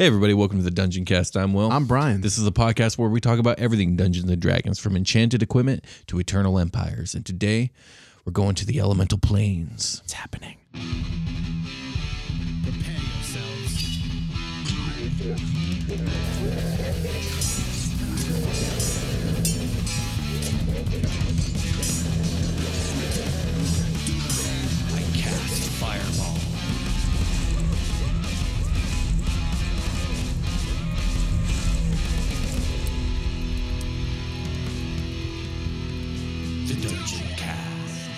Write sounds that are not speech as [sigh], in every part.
Hey everybody, welcome to the Dungeon Cast. I'm Will. I'm Brian. This is a podcast where we talk about everything Dungeons and Dragons, from enchanted equipment to eternal empires. And today, we're going to the elemental planes. It's happening. Prepare yourselves. I cast fireball. The Dungeon Cast.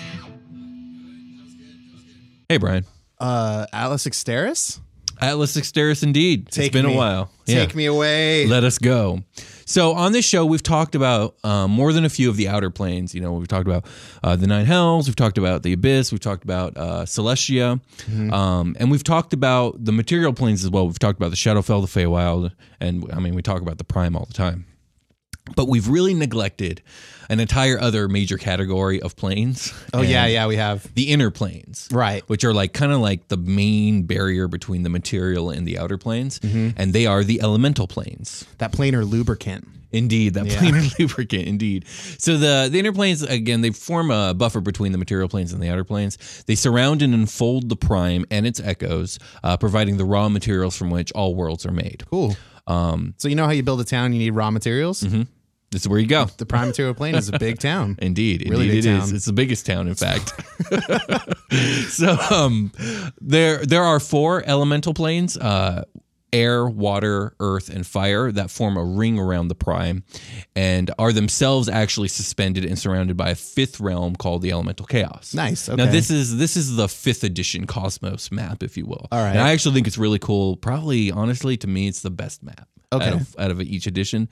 Hey Brian, Uh, Alice Exteris? Atlas Exteris, indeed. Take it's been me. a while. Take me away. Let us go. So on this show, we've talked about um, more than a few of the outer planes. You know, we've talked about uh, the nine hells, we've talked about the abyss, we've talked about uh, Celestia, Mm-hmm. um, and we've talked about the material planes as well. We've talked about the Shadowfell, the Feywild, and I mean, we talk about the Prime all the time. But we've really neglected an entire other major category of planes. oh, yeah, and yeah, we have. The inner planes, Right. which are like kind of like the main barrier between the material and the outer planes, and they are the elemental planes. Mm-hmm. That planar lubricant. Indeed, that planar [laughs] lubricant. Indeed. So the the inner planes again, they form a buffer between the material planes and the outer planes. They surround and enfold the prime and its echoes, uh, providing the raw materials from which all worlds are made. Cool. Mm-hmm. Um, so you know how you build a town, you need raw materials. This is where you go. The prime material plane is a big [laughs] town. Indeed, Really big indeed it is. town. It's the biggest town, in fact. [laughs] so um, there there are four elemental planes: uh, air, water, earth, and fire that form a ring around the prime, and are themselves actually suspended and surrounded by a fifth realm called the elemental chaos. Nice, Now okay. this is this is the fifth edition Cosmos map, if you will. All right. And I actually think it's really cool. Probably, honestly, to me, it's the best map Okay. out of, out of each edition.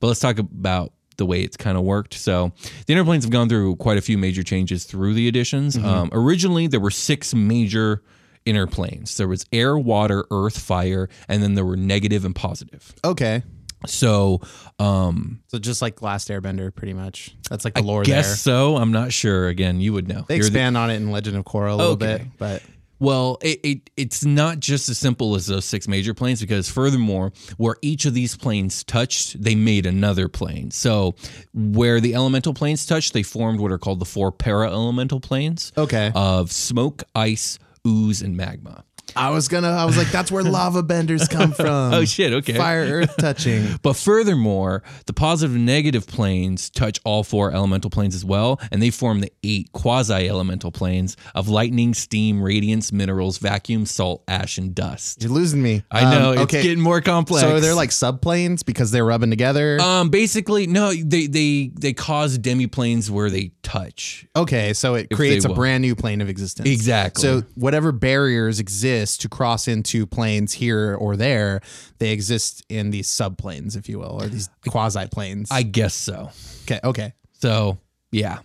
But let's talk about the way it's kind of worked. So the interplanes have gone through quite a few major changes through the editions. Mm-hmm. Um, originally, there were six major interplanes. There was air, water, earth, fire, and then there were negative and positive. Okay. So um, So just like Last Airbender, pretty much. That's like the lore guess there. so. I'm not sure. Again, you would know. They You're the- expand on it in Legend of Korra a little Okay. bit, but Well, it, it it's not just as simple as those six major planes because furthermore, where each of these planes touched, they made another plane. So where the elemental planes touched, they formed what are called the four para elemental planes okay. of smoke, ice, ooze, and magma. I was gonna. I was like, that's [laughs] where lava benders come [laughs] from. Oh, shit, okay. Fire earth touching. But furthermore, the positive and negative planes touch all four elemental planes as well, and they form the eight quasi elemental planes of lightning, steam, radiance, minerals, vacuum, salt, ash, and dust. You're losing me. I know it's getting more complex. Um, So they're like subplanes because they're rubbing together. Um, basically, no. They they they cause demiplanes where they touch. okay, so it they creates a will. brand new plane of existence. Exactly. So whatever barriers exist to cross into planes here or there, they exist in these subplanes, if you will, or these quasi planes. I guess so. okay. Okay. So yeah.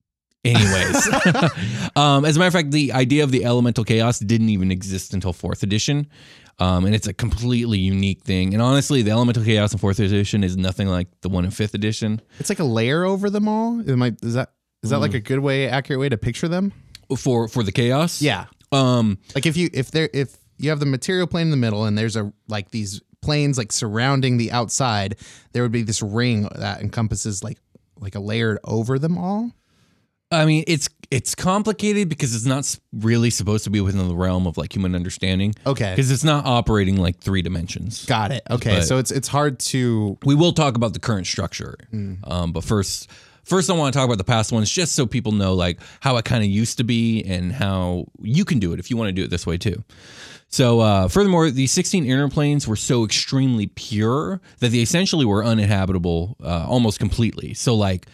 [laughs] Anyways, [laughs] um, as a matter of fact, the idea of the elemental chaos didn't even exist until fourth edition, um, and it's a completely unique thing. And honestly, the elemental chaos in fourth edition is nothing like the one in fifth edition. It's like a layer over them all. Am I? Is that? Is that like a good way, accurate way to picture them? for for the chaos. Yeah. Um. Like if you if there if you have the material plane in the middle and there's a like these planes like surrounding the outside, there would be this ring that encompasses like like a layered over them all. I mean, it's it's complicated because it's not s- really supposed to be within the realm of like human understanding. Okay. Because it's not operating like three dimensions. Got it. Okay. But- so it's it's hard to We will talk about the current structure, Mm. um, but first, first I want to talk about the past ones, just so people know like how it kind of used to be and how you can do it if you want to do it this way too. So, uh, furthermore, the 16 airplanes were so extremely pure that they essentially were uninhabitable uh, almost completely. So, like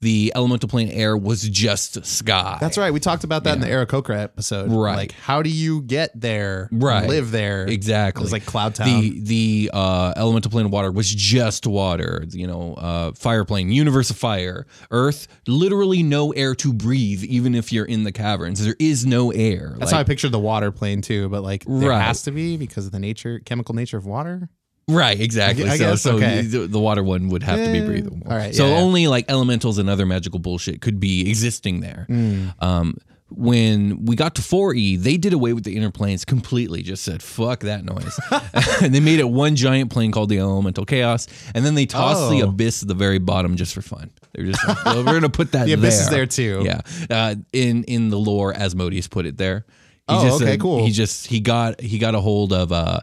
the elemental plane air was just sky. That's right. We talked about that in the Aarakocra episode. Right. Like how do you get there? and Right. Live there. Exactly. It was like Cloud Town. The the uh, elemental plane of water was just water. You know, uh, fire plane, universe of fire, earth. Literally no air to breathe, even if you're in the caverns. There is no air. That's how I pictured the water plane too, but like there Right. has to be because of the nature chemical nature of water. Right, exactly. I so, guess, so okay. the, the water one would have to be Yeah. breathable. All right, so yeah, yeah. only like elementals and other magical bullshit could be existing there. Mm. Um, when we got to 4E, they did away with the inner planes completely. Just said fuck [laughs] that noise, [laughs] and they made it one giant plane called the Elemental Chaos, and then they tossed the Oh. abyss at the very bottom just for fun. They're just like, well, we're gonna put that. [laughs] The there. abyss is there too. Yeah, uh, in in the lore, Asmodeus put it there. He Oh, just okay, said- cool. He just he got he got a hold of uh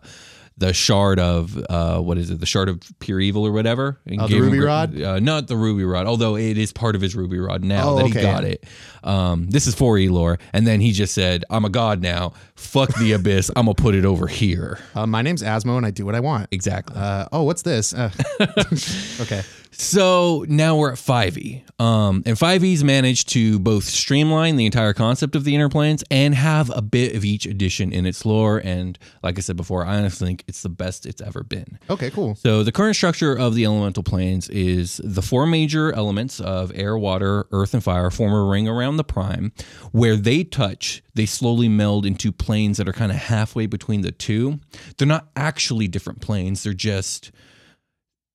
the shard of uh what is it the shard of pure evil or whatever and Oh, the gave him ruby gr- rod? uh, not the ruby rod although it is part of his ruby rod now Oh, that okay, he got yeah. it um this is 4e lore and then he just said I'm a god now fuck the abyss I'm gonna put it over here Uh, my name's Asmo and I do what I want. exactly Uh, oh, what's this? [laughs] Uh, okay. So now we're at 5e. Um, and 5e's managed to both streamline the entire concept of the inner planes and have a bit of each edition in its lore. And like I said before, I honestly think it's the best it's ever been. Okay, cool. So the current structure of the elemental planes is the four major elements of air, water, earth, and fire form a ring around the prime. Where they touch, they slowly meld into planes that are kind of halfway between the two. They're not actually different planes. They're just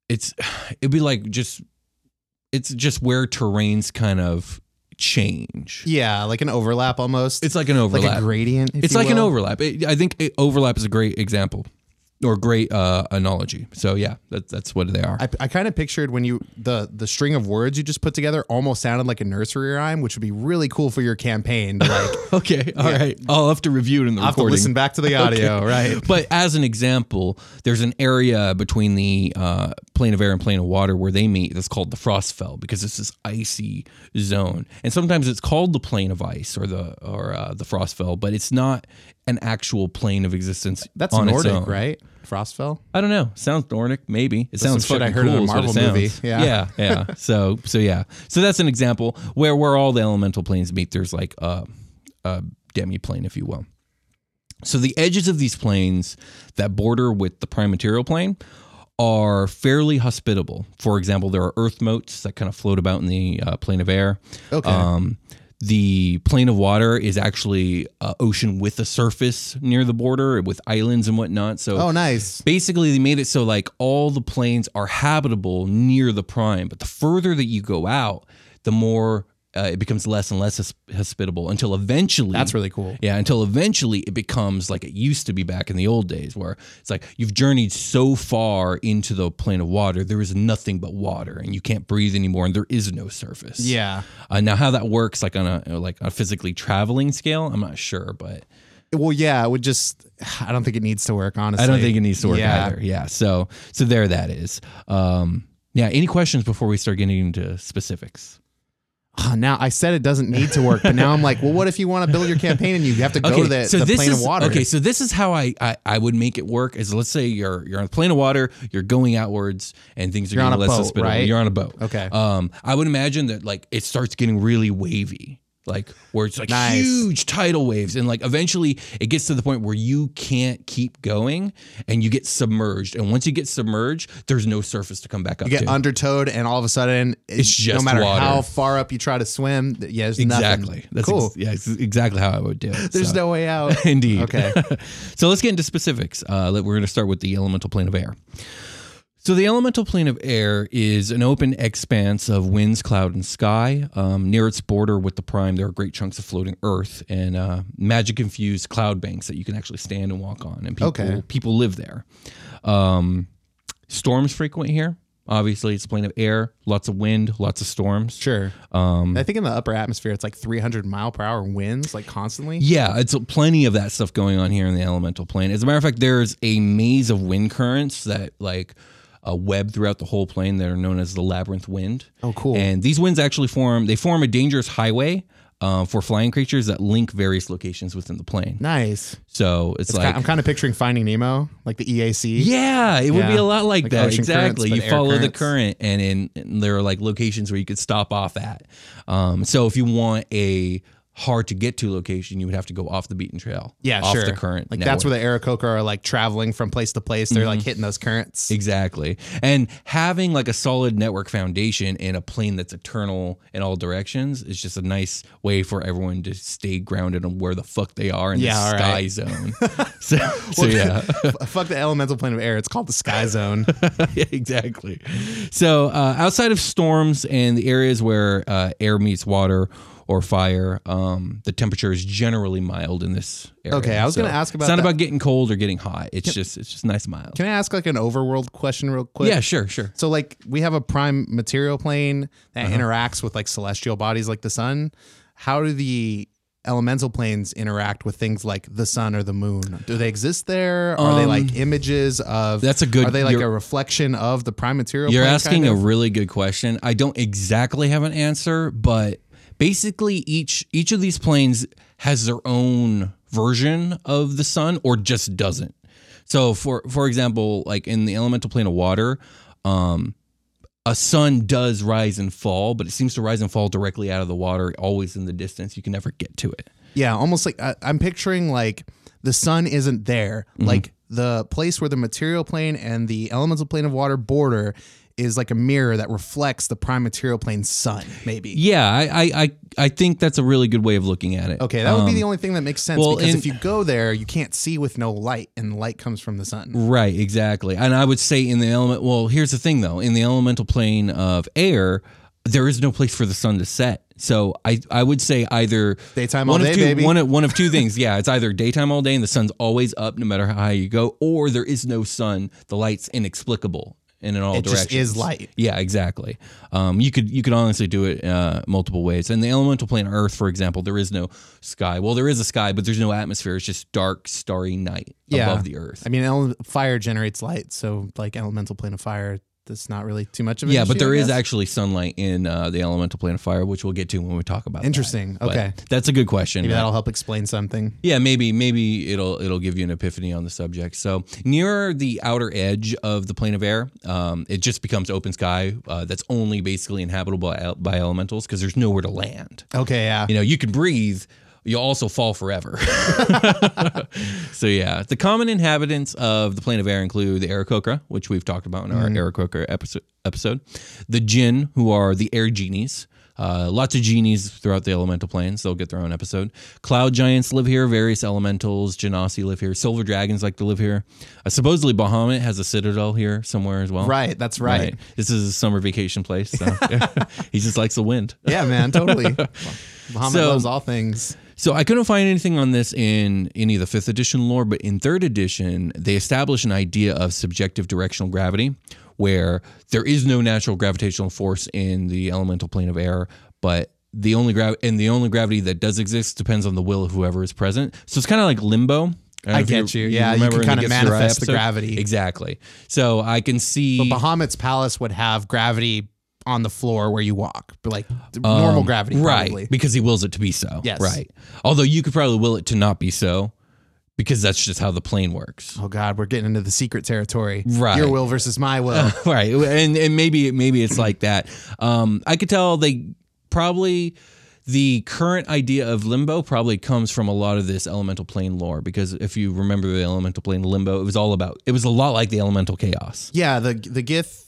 it's [sighs] it'd be like just it's just where terrains kind of change. Yeah, like an overlap almost. It's like an like overlap. a gradient. if It's you like an will. overlap. It, I think it, overlap is a great example or great uh, analogy. So yeah, that, that's what they are. I, I kind of pictured when you the the string of words you just put together almost sounded like a nursery rhyme, which would be really cool for your campaign. To like, [laughs] okay, all right. I'll have to review it in the I have to recording. listen back to the [laughs] audio, right? But as an example, there's an area between the uh, plane of air and plane of water where they meet that's called the Frostfell because it's this icy zone, and sometimes it's called the plane of ice or the or uh, the Frostfell, but it's not an actual plane of existence. That's on its Nordic, own. right? Frostfell. I don't know. Sounds Nordic, maybe. It sounds some shit fucking I heard in cool. a is what Marvel it movie. sounds. Yeah. yeah, yeah. [laughs] So, so yeah. So that's an example where where all the elemental planes meet. There's like a, a demi plane, if you will. So the edges of these planes that border with the prime material plane are fairly hospitable. For example, there are earth motes that kind of float about in the uh, plane of air. Okay. Um, the plane of water is actually uh, ocean with a surface near the border with islands and whatnot. So Oh, nice. basically they made it so like all the planes are habitable near the prime but the further that you go out the more uh, it becomes less and less hos- hospitable until eventually That's really cool. yeah until eventually it becomes like it used to be back in the old days where it's like you've journeyed so far into the plane of water there is nothing but water and you can't breathe anymore and there is no surface Yeah. uh, now how that works like on a like a physically traveling scale i'm not sure but Well, yeah. It would just. I don't think it needs to work. Honestly, I don't think it needs to work Yeah. either. Yeah. So so there that is. Um yeah, any questions before we start getting into specifics? Ah, now I said it doesn't need to work, but now I'm like, well, what if you want to build your campaign and you have to go to the, the plane is, of water? Okay, so this is how I, I I would make it work is let's say you're you're on a plane of water, you're going outwards and things are You're on getting a less boat, hospitable. right? You're on a boat. Okay. Um I would imagine that like it starts getting really wavy. Like where it's like Nice. huge tidal waves and like eventually it gets to the point where you can't keep going and you get submerged. And once you get submerged, there's no surface to come back up You get to. undertowed, and all of a sudden, It's no just matter water. how far up you try to swim, th- yeah, there's Exactly. nothing. That's cool. ex- yeah, it's exactly how I would do it. there's So- no way out. [laughs] Indeed. [laughs] Okay. so let's get into specifics. Uh, let- we're going to start with the elemental plane of air. So the elemental plane of air is an open expanse of winds, cloud, and sky. Um, near its border with the prime, there are great chunks of floating earth and uh, magic-infused cloud banks that you can actually stand and walk on, and people Okay. people live there. Um, storms frequent here. Obviously, it's a plane of air, lots of wind, lots of storms. Sure. Um, I think in the upper atmosphere, it's like 300 mile per hour winds, like constantly. Yeah, it's plenty of that stuff going on here in the elemental plane. As a matter of fact, there's a maze of wind currents that like a web throughout the whole plane that are known as the labyrinth wind. Oh, cool. And these winds actually form they form a dangerous highway uh, for flying creatures that link various locations whin the plane. Nice. So it's, It's ki- like I'm kind of picturing Finding Nemo, like the E EAC. yeah, it would be Yeah. a lot like, Like that. ocean currents, Exactly. but You air follow the currents. current, and, in, and there are like locations where you could stop off at. Um, so if you want a hard to get to location, you would have to go off the beaten trail. Yeah, off sure. the current. Like network. Mm-hmm. that's where the Aracoca are like traveling from place to place. They're like hitting those currents. Exactly. And having like a solid network foundation in a plane that's eternal in all directions is just a nice way for everyone to stay grounded on where the fuck they are in Yeah, all the sky right. zone. [laughs] so, so yeah. Fuck the elemental plane of air. It's called the sky [laughs] zone. yeah, exactly. So, uh, outside of storms and the areas where uh, air meets water or fire, um, the temperature is generally mild in this area. Okay, I was gonna ask about It's not that. about getting cold or getting hot. It's just it's just nice mild. Can I ask like an overworld question real quick? yeah, sure, sure. So like we have a prime material plane that Uh-huh. interacts with like celestial bodies like the sun. How do the elemental planes interact with things like the sun or the moon? Do they exist there? Are they like images of? Um, that's a good- Are they like you're- a reflection of the prime material? You're plane, asking kind a of? really good question. I don't exactly have an answer, but basically each each of these planes has their own version of the sun or just doesn't. So for for example, like in the elemental plane of water, um a sun does rise and fall, but it seems to rise and fall directly out of the water, always in the distance. You can never get to it. yeah, almost like I, I'm picturing like the sun isn't there, Mm-hmm. like the place where the material plane and the elemental plane of water border is like a mirror that reflects the prime material plane's sun. Maybe. Yeah, I I I, I think that's a really good way of looking at it. Okay, that would be Um, the only thing that makes sense well, because in- if you go there, you can't see with no light, and light comes from the sun. Right, exactly. And I would say in the element, well, here's the thing though, in the elemental plane of air, there is no place for the sun to set. So I, I would say either Daytime one all of day, two, baby. One of, one [laughs] of two things. Yeah, it's either daytime all day and the sun's always up no matter how high you go, or there is no sun. The light's inexplicable and in all It directions. just is light. Yeah, exactly. Um, you could you could honestly do it uh, multiple ways. And the elemental plane Earth, for example, there is no sky. Well, there is a sky, but there's no atmosphere. It's just dark, starry night Yeah. above the Earth. I mean, ele- fire generates light, so like elemental plane of fire, that's not really too much of an yeah, but issue, I there is guess. actually sunlight in uh, the elemental plane of fire, which we'll get to when we talk about. that. Interesting. But Okay. that's a good question. Uh, Maybe that'll help explain something. yeah, maybe maybe it'll it'll give you an epiphany on the subject. So nearer the outer edge of the plane of air, um, it just becomes open sky uh, that's only basically inhabitable by, by elementals because there's nowhere to land. Okay, yeah. You know, you can breathe. You'll also fall forever. [laughs] so yeah, the common inhabitants of the plane of air include the Aarakocra, which we've talked about in our Mm-hmm. Aarakocra episode, episode, the Jinn, who are the air genies. Uh, lots of genies throughout the elemental planes. They'll get their own episode. Cloud giants live here. Various elementals, Genasi live here. Silver dragons like to live here. Uh, supposedly, Bahamut has a citadel here somewhere as well. Right, that's right. This is a summer vacation place. So [laughs] he just likes the wind. Yeah, man, [laughs] totally. Muhammad So- loves all things. So I couldn't find anything on this in any of the fifth edition lore, but in third edition, they establish an idea of subjective directional gravity, where there is no natural gravitational force in the elemental plane of air, but the only grav and the only gravity that does exist depends on the will of whoever is present. So it's kind of like limbo. don't I know if get you. Yeah, you remember can kinda in the Gets to Rye manifest the episode. gravity. Exactly. So I can see. Bahamut's palace would have gravity on the floor where you walk, but like normal Um, gravity, right? probably. Because he wills it to be so. Yes. Right. Although you could probably will it to not be so, because that's just how the [laughs] plane works. [laughs] Oh God, we're getting into the secret territory. Right. Your will versus my will. right. And and maybe maybe it's like that. Um, I could tell they probably the current idea of limbo probably comes from a lot of this elemental plane lore because if you remember the elemental plane limbo, it was all about it was a lot like the elemental chaos. Yeah, the the Gith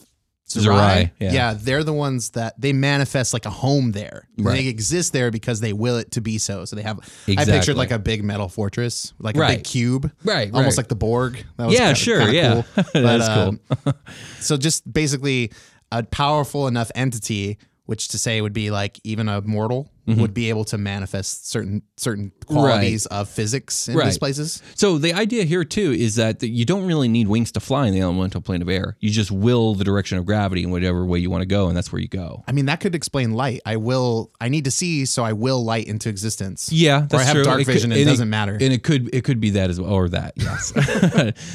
Zerai, yeah. they're the ones that they manifest like a home there. Right. They exist there because they will it to be so. So they have. I Exactly. pictured like a big metal fortress, like a Right. big cube, Right, right. Almost like the Borg. That was Yeah, kinda- sure, kinda [laughs] yeah. cool. That is cool. um, so just basically a powerful enough entity, which to say would be like even a mortal Mm-hmm. would be able to manifest certain certain qualities of physics in these Right. places. So the idea here too is that that you don't really need wings to fly in the elemental plane of air. You just will the direction of gravity in whatever way you want to go, and that's where you go. I mean, that could explain light. I will. I need to see, so I will light into existence. Yeah, that's or I have true. dark could- vision. it and doesn't matter. And it could it could be that as well, or that. Yes.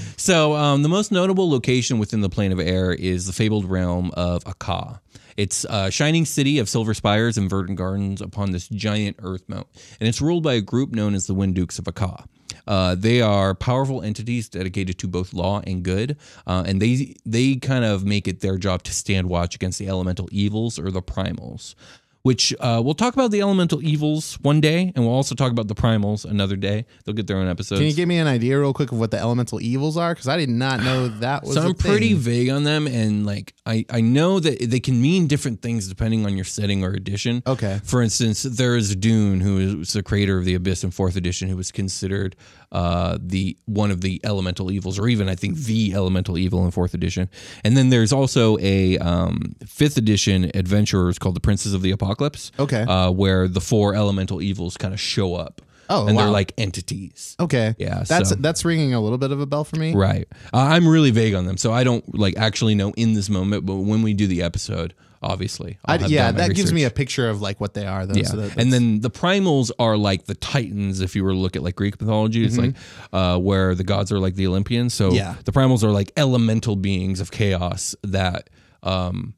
[laughs] so um, the most notable location within the plane of air is the fabled realm of Akka. It's a shining city of silver spires and verdant gardens upon this giant earth moat, and it's ruled by a group known as the Wind Dukes of Akka. Uh, they are powerful entities dedicated to both law and good, uh, and they they kind of make it their job to stand watch against the elemental evils or the primals which uh, we'll talk about the elemental evils one day, and we'll also talk about the primals another day. They'll get their own episodes. Can you give me an idea real quick of what the elemental evils are? Because I did not [sighs] know that was. so a I'm pretty thing. vague on them, and like I, I know that they can mean different things depending on your setting or edition. Okay. For instance, there is Dune, who is the creator of the Abyss in Fourth Edition, who was considered uh, the one of the elemental evils, or even I think the elemental evil in Fourth Edition. And then there's also a um, Fifth Edition adventurers called the Princes of the Apocalypse. Okay. uh, where the four elemental evils kind of show up. Oh, and they're wow. like entities. Okay. Yeah, That's so- that's ringing a little bit of a bell for me. Right. Uh, I'm really vague on them, so I don't like actually know in this moment. But when we do the episode, obviously, I, I'll have yeah, done my that gives me a research. picture of like what they are. Though, Yeah. so that- and then the primals are like the titans. If you were to look at like Greek mythology, it's like uh, where the gods are like the Olympians. So Mm-hmm. Yeah. the primals are like elemental beings of chaos that um,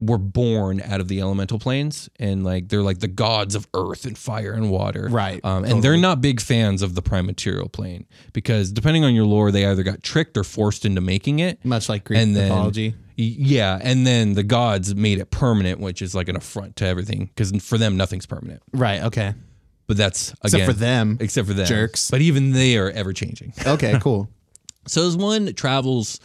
were born out of the elemental planes, and like they're like the gods of earth and fire and water. Right. Um, and they're not big fans of the prime material plane because depending on your lore, they either got tricked or forced into making it. much like Greek and then- mythology. Y- Yeah, and then the gods made it permanent, which is like an affront to everything because for them nothing's permanent. Right. Okay. But that's Except again, for them. Except for them, Jerks. But [laughs] even they are ever [laughs] changing. Okay. Cool. So as one travels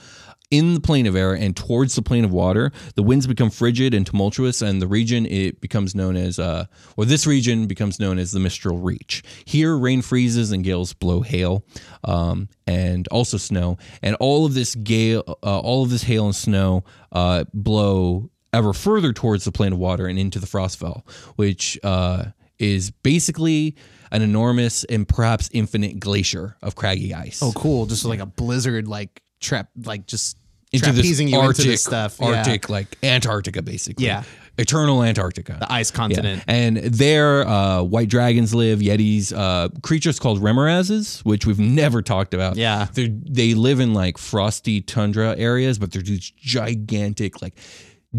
in the plane of air and towards the plane of water, the winds become frigid and tumultuous, and the region it becomes known as, uh, or this region becomes known as the Mistral Reach. Here, rain freezes and gales blow hail, um, and also snow, and all of this gale, uh, all of this hail and snow uh, blow ever further towards the plane of water and into the Frostfell, which uh, is basically an enormous and perhaps infinite glacier of craggy ice Oh, cool. Just like a blizzard, like trap, like just into this trapezing you Arctic, into this stuff. Yeah. Arctic, like Antarctica, basically. Yeah. Eternal Antarctica. The ice Yeah. continent. And there, uh, white dragons live, yetis, uh, creatures called remorazes, which we've never talked about. Yeah. They're, they live in like frosty tundra areas, but they're these gigantic, like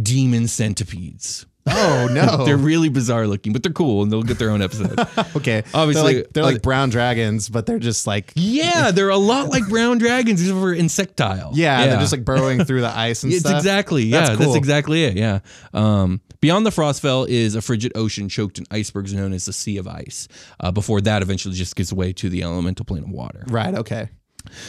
demon centipedes. Oh no. [laughs] They're really bizarre looking, but they're cool and they'll get their own episode. [laughs] okay. Obviously- they're like, they're like brown dragons, but they're just like yeah, they're a lot like brown dragons, except for insectile. yeah, they're just like [laughs] burrowing through the ice and It's stuff. exactly yeah. That's That's, cool. exactly it. Yeah. Um, beyond the Frostfell is a frigid ocean choked in icebergs known as the Sea of Ice. Uh, before that, eventually just gives way to the elemental plane of water. Right. Okay.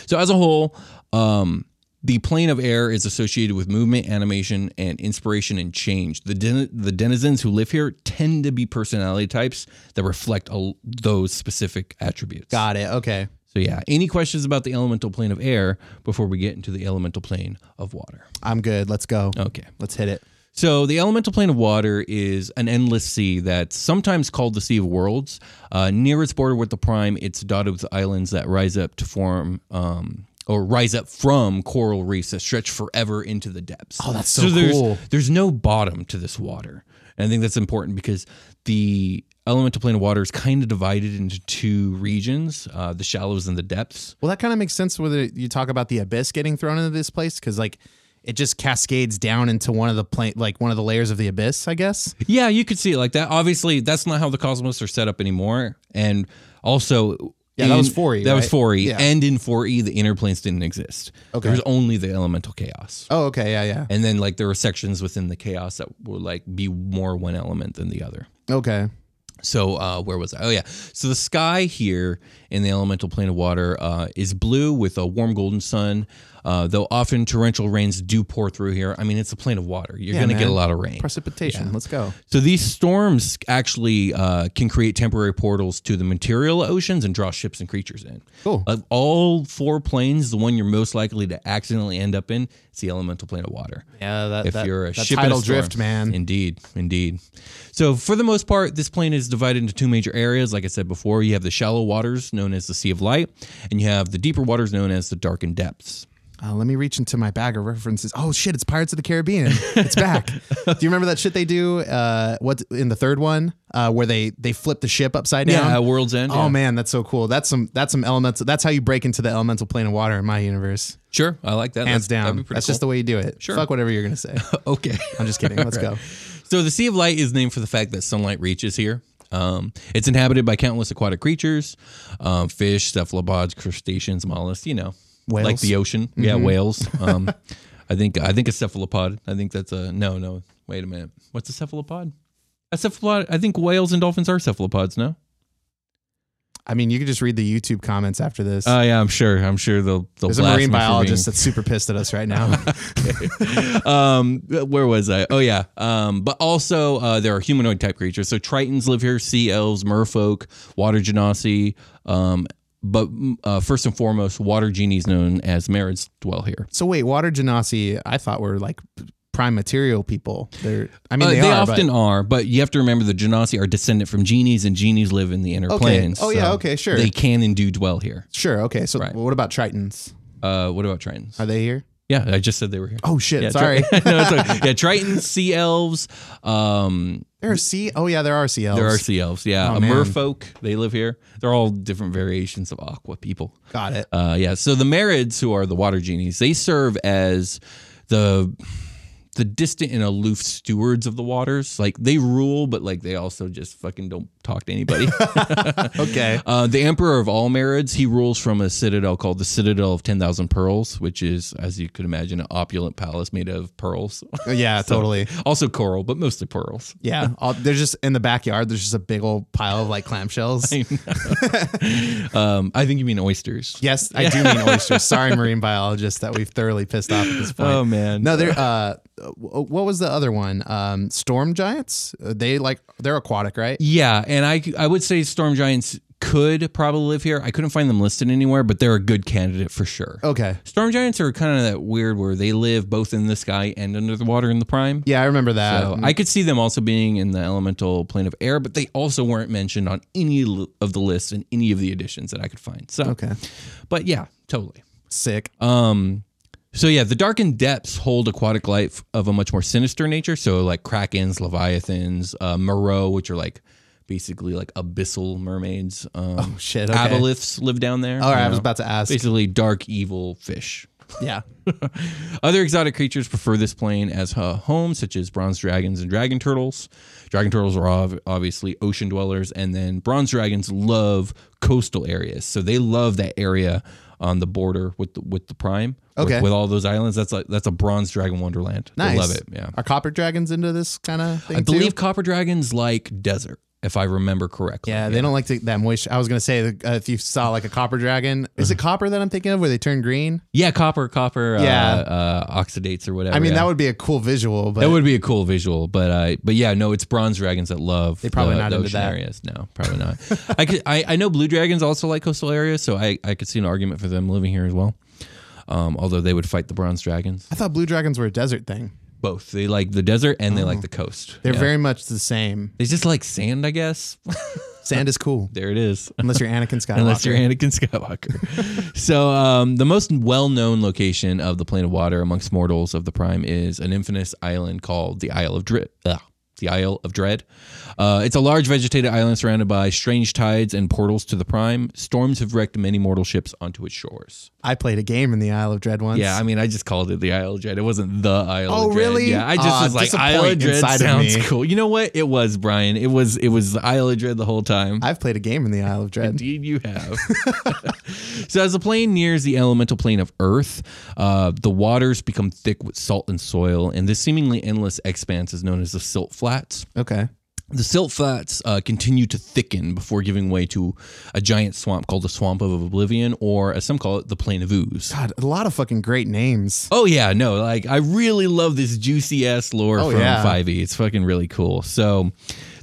So as a whole, um, the plane of air is associated with movement, animation, and inspiration and change. The den- the denizens who live here tend to be personality types that reflect a- those specific attributes. Got it. Okay. So yeah, any questions about the elemental plane of air before we get into the elemental plane of water? I'm good. Let's go. Okay. Let's hit it. So the elemental plane of water is an endless sea that's sometimes called the Sea of Worlds. Uh, near its border with the Prime, it's dotted with islands that rise up to form. Um, or rise up from coral reefs that stretch forever into the depths. Oh, that's so cool. There's, there's no bottom to this water. And I think that's important because the elemental plane of water is kind of divided into two regions uh, the shallows and the depths. Well, that kind of makes sense whether you talk about the abyss getting thrown into this place because like it just cascades down into one of the plane, like one of the layers of the abyss. I [laughs] guess. Yeah, you could see it like that. Obviously, that's not how the cosmos are set up anymore. And also, Yeah, that was 4E, That was right? 4E. Yeah. And in 4E, the inner planes didn't exist. Okay. There was only the elemental chaos. Oh, okay. Yeah, yeah. And then, like, there were sections within the chaos that were like be more one element than the other. Okay. So uh, where was I? Oh yeah. So the sky here in the elemental plane of water uh, is blue with a warm golden sun. uh, though often torrential rains do pour through here. I mean, it's a plain of water. You're Yeah, going to get man. a lot of rain. Precipitation. Let's go. So these storms actually uh, can create temporary portals to the material oceans and draw ships and creatures in. Cool. Of all four planes, the one you're most likely to accidentally end up in is the elemental plane of water. Yeah, that, If that- you're a that ship in a tidal storm. drift, man. Indeed, indeed. So for the most part, this plane is divided into two major areas. Like I said before, you have the shallow waters known as the Sea of Light, and you have the deeper waters known as the Darkened Depths. Uh, let me reach into my bag of references. Oh shit! It's Pirates of the Caribbean. It's [laughs] back. do you remember that shit they do? Uh, what in the third one uh, where they they flip the ship upside down? uh, World's End. Oh yeah. man, that's so cool. That's some that's some elements. That's how you break into the elemental plane of water in my universe. sure, I like that. Hands Oh, That's- that'd down. be pretty That's cool. just the way you do it. Sure. Fuck whatever you're gonna say. [laughs] okay. I'm just kidding. [laughs] Let's go. So the Sea of Light is named for the fact that sunlight reaches here. Um, it's inhabited by countless aquatic creatures, um, fish, cephalopods, crustaceans, mollusks. You know, like Whales. the ocean. Yeah, [laughs] whales. Um, I think I think a cephalopod. I think that's a no, no. Wait a minute. What's a cephalopod? A cephalopod. I think whales and dolphins are cephalopods. No. I mean, you could just read the YouTube comments after this. Oh yeah, I'm sure. I'm sure they'll they'll There's a blast marine me for being- biologist that's super pissed at us right [laughs] now. um, where was I? Oh yeah. Um, but also uh, there are humanoid type creatures. So tritons live here, sea elves, merfolk, water genasi. Um, but mm, uh, first and foremost, water genies known as marids dwell here. so wait, water genasi, I thought were like prime material people. They're I mean Uh, they, they, are, often but, are, but you have to remember the genasi are descended from genies, and genies live in the inner Okay. planes. Oh, yeah, okay, sure. They can and do dwell here. sure, okay. So Right. what about Tritons? Uh, what about tritons? Are they here? yeah, I just said they were here. Oh shit, yeah, sorry. Tri- [laughs] no, it's okay. Yeah, tritons, sea elves. Um, there are sea oh yeah, there are sea elves. There are sea elves, yeah. Oh, a man. merfolk, they live here. They're all different variations of aqua people. Got it. Uh, yeah. So the Marids, who are the water genies, they serve as the the distant and aloof stewards of the waters. Like they rule, but like they also just fucking don't talk to [laughs] anybody. [laughs] Okay. Uh, the emperor of all Marids, he rules from a citadel called the Citadel of Ten Thousand Pearls, which is, as you could imagine, an opulent palace made of pearls. [laughs] yeah, totally. also coral, but mostly pearls. [laughs] Yeah, all, they're just in the backyard. There's just a big old pile of like [laughs] clamshells. Um, I think you mean oysters. Yes, I do mean oysters. Sorry, marine biologists, that we've thoroughly pissed off at this [laughs] point. Oh, man. No, they're uh, w- what was the other one? Um, storm giants. Uh, They like they're aquatic, right? Yeah, and I I would say storm giants could probably live here. I couldn't find them listed anywhere, but they're a good candidate for sure. Okay. Storm giants are kind of that weird where they live both in the sky and under the water in the prime. Yeah, Mm-hmm. I remember that. So I could see them also being in the elemental plane of air, but they also weren't mentioned on any l- of the lists and any of the additions that I could find. So, okay. but yeah, totally. Sick. Um, so yeah, the darkened depths hold aquatic life of a much more sinister nature. So like krakens, leviathans, uh, moreau, which are like basically like abyssal mermaids. Um, oh shit, okay. Aboliths live down there. All right, you I was know. about to ask. basically dark evil fish. Yeah. Other exotic creatures prefer this plane as a home, such as bronze dragons and dragon turtles. Dragon turtles are ob- obviously ocean dwellers, and then bronze dragons love coastal areas, so they love that area on the border with the, with the prime. with- Okay. with, all those islands, that's like that's a bronze dragon wonderland. Nice. They love it. Yeah, Are copper dragons into this kind of thing? I believe Too? copper dragons like desert, if I remember correctly. Yeah, they don't like to, that moisture. I was gonna say uh, if you saw like a copper dragon, is [sighs] it copper that I'm thinking of where they turn green? yeah, copper, copper, Yeah. uh, uh, oxidates or whatever. I mean, yeah. that would be a cool visual, but that would be a cool visual, but uh, but yeah, no, it's bronze dragons that love. They probably the, not the into ocean that. areas. No, probably not. [laughs] I could I, I know blue dragons also like coastal areas, so I I could see an argument for them living here as well. Um, although they would fight the bronze dragons, I thought blue dragons were a desert thing. both they like the desert and they Mm. like the coast. They're Yeah. very much the same. they just like sand, I guess. [laughs] Sand is cool, there it is. unless you're Anakin Skywalker. [laughs] Unless you're Anakin Skywalker. [laughs] so, um, the most well known location of the plane of water amongst mortals of the Prime is an infamous island called the Isle of Dread. The Isle of Dread. Uh, it's a large vegetated island surrounded by strange tides and portals to the Prime. Storms have wrecked many mortal ships onto its shores. I played a game in the Isle of Dread once. Yeah, I mean, I just called it the Isle of Dread. It wasn't the Isle. Oh, of Dread. really? Yeah, I just Ah, was like, just a Isle of point Dread inside of sounds me. cool. You know what? It was Brian. It was it was the Isle of Dread the whole time. I've played a game in the Isle of Dread. Indeed, you have. [laughs] so, as the plane nears the elemental plane of Earth, uh, the waters become thick with salt and soil, and this seemingly endless expanse is known as the silt flats. Okay. The silt flats uh, continue to thicken before giving way to a giant swamp called the Swamp of Oblivion, or as some call it, the Plain of Ooze. God, a lot of fucking great names. Oh yeah, no, like I really love this juicy ass lore Oh, from yeah. 5e. It's fucking really cool. So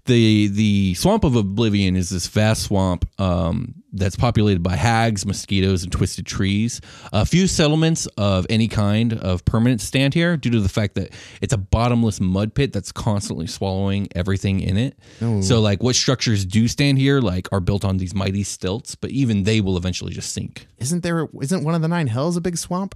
the the swamp of oblivion is this vast swamp um, that's populated by hags, mosquitoes, and twisted trees. A few settlements of any kind of permanent stand here due to the fact that it's a bottomless mud pit that's constantly swallowing everything in it. So like what structures do stand here like are built on these mighty stilts, but even they will eventually just sink. Isn't there? Isn't one of the nine hells a big swamp?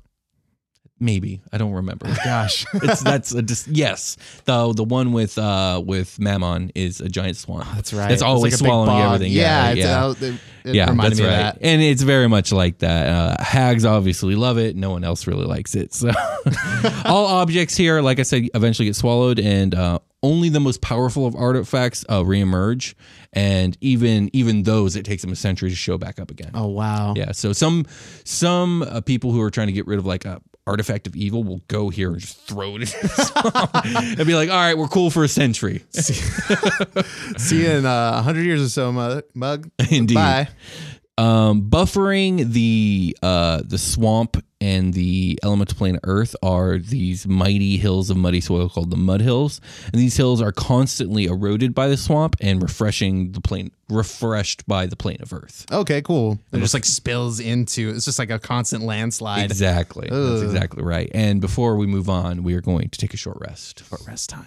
Maybe. I don't remember. Oh, Gosh, [laughs] it's that's a dis- yes. The the one with uh with Mammon is a giant swamp. Oh, that's right. It's always like a big swallowing bog. everything. Yeah, Yeah, it's- yeah. that- it, it yeah, reminded that's me right. of that. And it's very much like that. Uh, hags obviously love it. No one else really likes it. So [laughs] all objects here, like I said, eventually get swallowed, and uh, only the most powerful of artifacts uh, reemerge. And even even those, it takes them a century to show back up again. Oh wow. Yeah. So some some uh, people who are trying to get rid of like a artifact of evil will go here and just throw it in the [laughs] swamp and be like, all right, we're cool for a century. See you in uh, a hundred years or so, mug. [laughs] mug. Indeed. Bye. Um, buffering the uh, the swamp and the elemental plane of earth are these mighty hills of muddy soil called the mud hills, and these hills are constantly eroded by the swamp and refreshing the plane, refreshed by the plane of earth. Okay, cool. It just like spills into. It's just like a constant landslide. Exactly. That's exactly right. And before we move on, we are going to take a short rest. But rest time.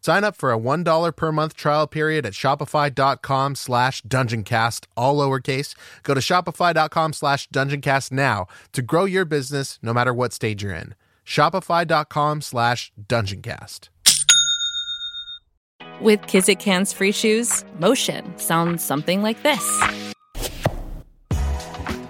Sign up for a $1 per month trial period at shopify.com slash dungeoncast, all lowercase. Go to shopify.com slash dungeoncast now to grow your business no matter what stage you're in. Shopify.com slash dungeoncast. With Kizikans free shoes, motion sounds something like this.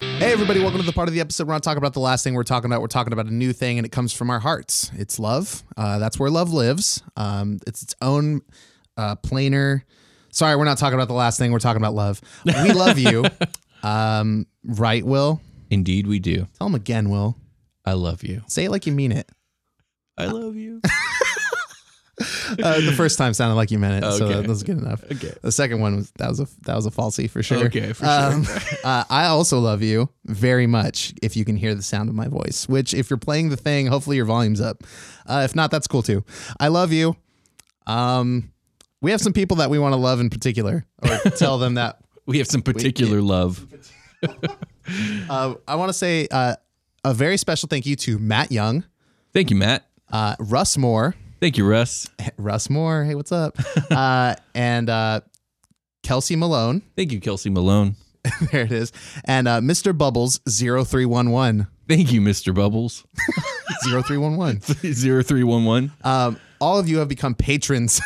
Hey everybody, welcome to the part of the episode where I talk about the last thing we're talking about. We're talking about a new thing, and it comes from our hearts. It's love. Uh, that's where love lives. Um, it's its own uh, planar. Sorry, we're not talking about the last thing. We're talking about love. We love [laughs] you, um, right? Will Indeed, we do. tell him again. Will I love you. say it like you mean it. I love you. Uh, the first time sounded like you meant it, so Okay. that was good enough. Okay. The second one was that was a that was a falsie for sure. Okay, for sure. [laughs] uh, I also love you very much. If you can hear the sound of my voice, which if you're playing the thing, hopefully your volume's up. Uh, if not, that's cool too. I love you. Um, we have some people that we want to love in particular, or [laughs] tell them that [laughs] We have some particular love. uh, I want to say uh, a very special thank you to Matt Young, Thank you, Matt. uh, Russ Moore. [laughs] Thank you, Russ. Russ Moore. [laughs] Hey, what's up? uh, and uh, Kelsey Malone. Thank you, Kelsey Malone. [laughs] there it is. And uh, Mr. Bubbles 0311. Thank you, Mr. Bubbles. [laughs] [laughs] 0311. 0311. Um, all of you have become patrons. [laughs]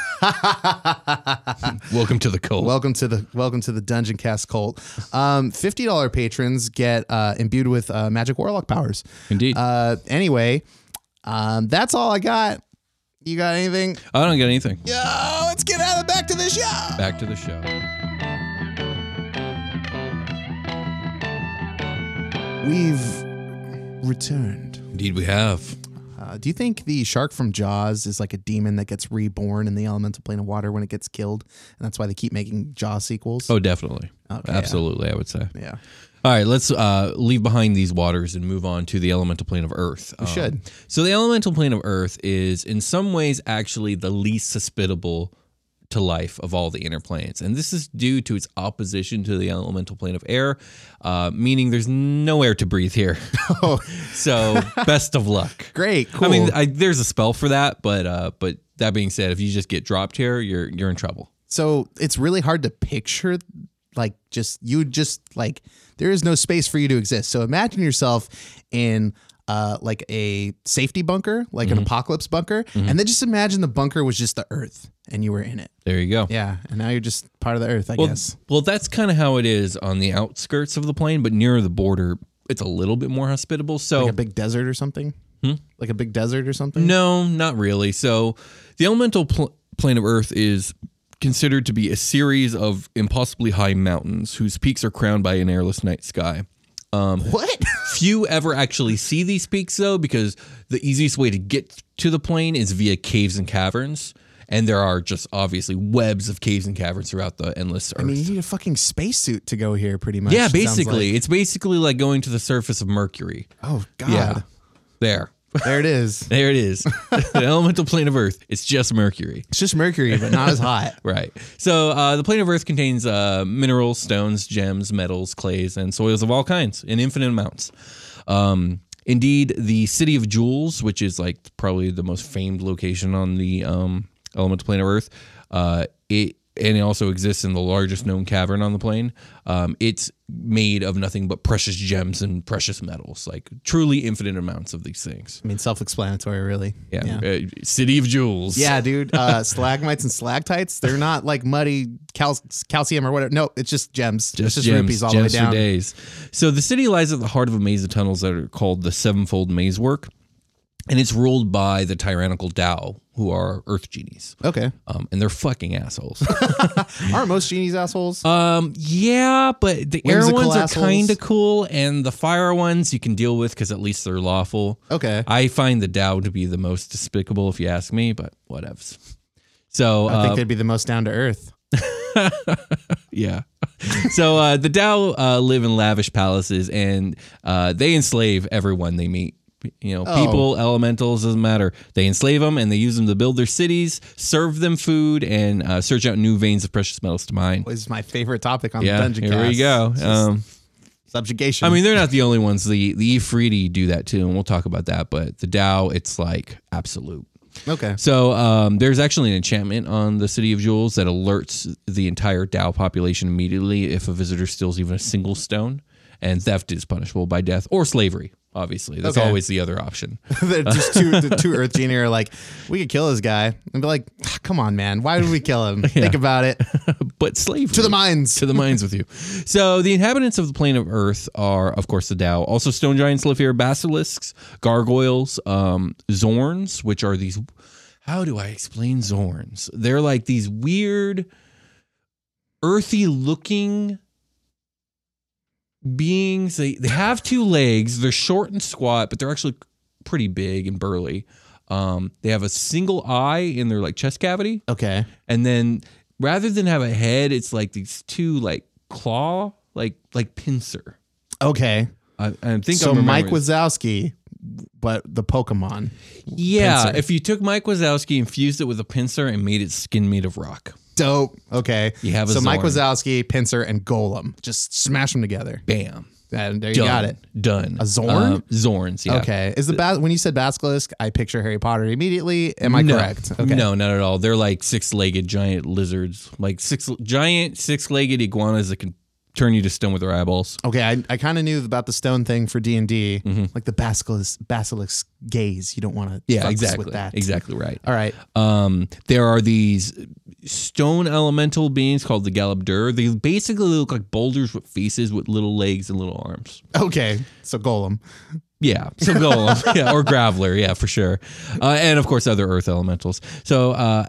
Welcome to the cult. welcome to the welcome to the Dungeon Cast cult. Um, Fifty dollar patrons get uh, imbued with uh, magic warlock powers. Indeed. Uh, anyway, um, that's all I got. You got anything? I don't get anything. Yo, let's get out of the back to the show. Back to the show. We've returned. Indeed, we have. Uh, do you think the shark from Jaws is like a demon that gets reborn in the elemental plane of water when it gets killed, and that's why they keep making Jaws sequels? Oh, definitely. Okay, Absolutely, I would say. yeah. All right, let's uh, leave behind these waters and move on to the elemental plane of Earth. We should. So the elemental plane of Earth is, in some ways, actually the least hospitable to life of all the inner planes, and this is due to its opposition to the elemental plane of air, uh, meaning there's no air to [laughs] breathe here. [laughs] so best of luck. Oh. Great, cool. I mean, I, there's a spell for that, but uh, but that being said, if you just get dropped here, you're you're in trouble. so it's really hard to picture like just you would just like there is no space for you to exist so imagine yourself in uh like a safety bunker like Mm-hmm. an apocalypse bunker and then just imagine the bunker was just the earth and you were in it There you go. yeah and now you're just part of the earth i Well, guess well, that's kind of how it is on the outskirts of the plane, but nearer the border, it's a little bit more hospitable. So, like a big desert or something like a big desert or something Hmm? no, not really. So, the elemental pl- plane of Earth is considered to be a series of impossibly high mountains whose peaks are crowned by an airless night sky. Um, what [laughs] Few ever actually see these peaks, though, because the easiest way to get to the plane is via caves and caverns. And there are just obviously webs of caves and caverns throughout the endless Earth. i mean you need a fucking spacesuit to go here pretty much yeah, it sounds basically, like. it's basically like going to the surface of Mercury. oh god Yeah. There. [laughs] there it is There it is. [laughs] the elemental plane of Earth. It's just Mercury. it's just mercury but not as hot Right. So uh, the plane of Earth contains uh, minerals, stones, gems, metals, clays, and soils of all kinds in infinite amounts. Um, indeed, the city of jewels, which is like probably the most famed location on the um, elemental plane of Earth, uh, it and it also exists in the largest known cavern on the plane. Um, it's made of nothing but precious gems and precious metals, like truly infinite amounts of these things. i mean self-explanatory really Yeah. Uh, city of jewels. Yeah, dude. Uh, stalagmites and stalactites, they're not like muddy cal- calcium or whatever. No, it's just gems. it's Just, just gems, rupees all gems the way down. for days. So the city lies at the heart of a maze of tunnels that are called the Sevenfold Maze Work, and it's ruled by the tyrannical Dao, who are Earth genies, Okay. um, and they're [laughs] fucking assholes. Aren't most genies assholes? um, yeah, but the air Whimsical ones are assholes. kind of cool, and the fire ones you can deal with because at least they're lawful. okay. I find the Dao to be the most despicable, if you ask me, but whatevs. So I uh, think they'd be the most down to earth. Yeah. [laughs] so uh, the Dao uh, live in lavish palaces and uh, they enslave everyone they meet. You know, Oh. people, elementals, doesn't matter. They enslave them and they use them to build their cities, serve them food, and uh, search out new veins of precious metals to mine. Is my favorite topic on the yeah, dungeon. here we Cast. go. It's just Um, subjugation. I mean, they're not the only ones. The the E Ifriti do that too, and we'll talk about that. But the Dao, it's like absolute. okay. [laughs] So um, there's actually an enchantment on the City of Jewels that alerts the entire Dao population immediately if a visitor steals even a single stone, and theft is punishable by death or slavery. Obviously, that's Okay. always the other option. They're just two, the two earth genie are like, we could kill this guy. And be like, "Ah, come on, man. Why would we kill [laughs] him? Think about it. but slavery To the mines. to the mines with you. So the inhabitants of the plane of Earth are, of course, the Dao. Also, stone giants live here, basilisks, gargoyles, um, zorns, which are these. How do I explain zorns? They're like these weird, earthy-looking beings. They they have two legs. They're short and squat, but they're actually pretty big and burly. Um, they have a single eye in their like chest cavity Okay. and then rather than have a head it's like these two like claw like like pincer Okay. i, I think So I'm Mike remembering- Wazowski, but the Pokemon. yeah pincer. if you took mike wazowski and fused it with a pincer and made it skin made of rock Dope. Okay. You have a so Mike Zorn. Wazowski, Pincer, and Golem. Just smash them together. bam And there you done, got it. done A zorn? Um, zorns yeah Okay. Is the bas- when you said basilisk, I picture Harry Potter immediately. Am I no, correct? Okay. No, not at all. They're like six-legged giant lizards, like six giant six-legged iguanas that can turn you to stone with their eyeballs. Okay, I, I kind of knew about the stone thing for D and D, like the basilisk basilisk gaze. You don't want to Mm-hmm. Yeah, exactly. with that. Exactly right. All right, Um, there are these stone elemental beings called the Galabdur. They basically look like boulders with faces with little legs and little arms. okay. So golem. Yeah, so golem, [laughs] yeah, or graveler, yeah, for sure, uh, and of course other earth elementals. So uh,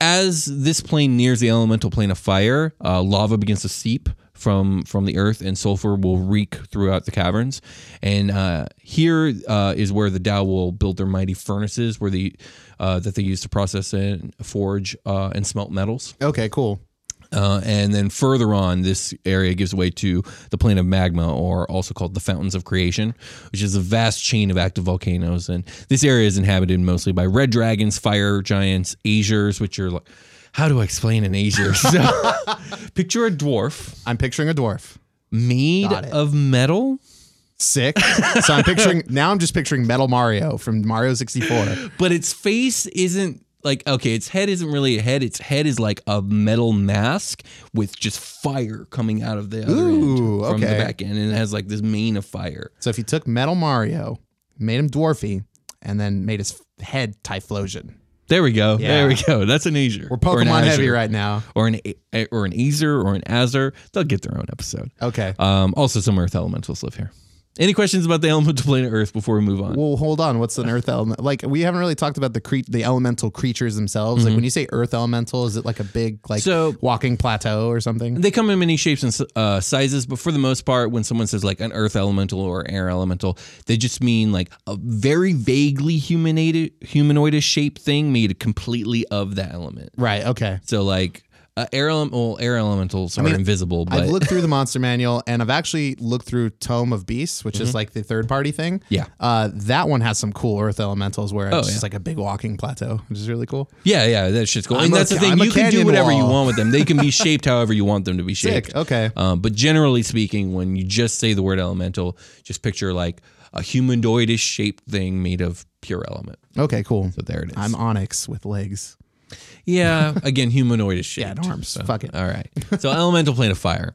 as this plane nears the elemental plane of fire, uh, lava begins to seep from from the earth, and sulfur will reek throughout the caverns. And uh, here uh, is where the Tao will build their mighty furnaces, where the uh, that they use to process and forge uh, and smelt metals. Okay, cool. Uh, and then further on, this area gives way to the plane of magma, or also called the Fountains of Creation, which is a vast chain of active volcanoes. And this area is inhabited mostly by red dragons, fire giants, Azures, which are like, how do I explain an Azure? [laughs] So, picture a dwarf I'm picturing a dwarf. made of metal, Sick. so I'm picturing [laughs] now. I'm just picturing Metal Mario from Mario 64. but its face isn't like, okay, its head isn't really a head. Its head is like a metal mask with just fire coming out of the other Ooh, end from the okay. back end. And it has like this mane of fire. So if you took Metal Mario, made him dwarfy, and then made his head Typhlosion. There we go. Yeah. There we go. That's an Azure. We're Or an Pokemon Azure. heavy right now. Or an A- or an Azer or an Azure. They'll get their own episode. Okay. Um, also, some Earth elementals live here. Any questions about the elemental plane of Earth before we move on? Well, hold on. What's an earth element? Like we haven't really talked about the cre- the elemental creatures themselves. Like when you say earth elemental, is it like a big like Mm-hmm. So- walking plateau or something? they come in many shapes and uh, sizes, but for the most part, when someone says like an earth elemental or air elemental, they just mean like a very vaguely humanoid humanoid shaped thing made completely of that element. Right. Okay. So like uh, air ele- well, air elementals are invisible, but I've looked through the monster manual and I've actually looked through Tome of Beasts, which is like the third party thing. Mm-hmm. Yeah. Uh, that one has some cool earth elementals where it's Oh, yeah. just like a big walking plateau, which is really cool. Yeah, yeah, that shit's cool. I'm and a- that's the I'm thing. a You can do canyon whatever you wall. want with them. They [laughs] can be shaped however you want them to be shaped. Sick. Okay. Um, but generally speaking, when you just say the word elemental, just picture like a humanoidish shaped thing made of pure element. Okay, cool. So there it is. I'm Onyx with legs. yeah, again, [laughs] humanoidish Yeah, shaped. and arms. Fuck it. All right. So elemental plane of fire.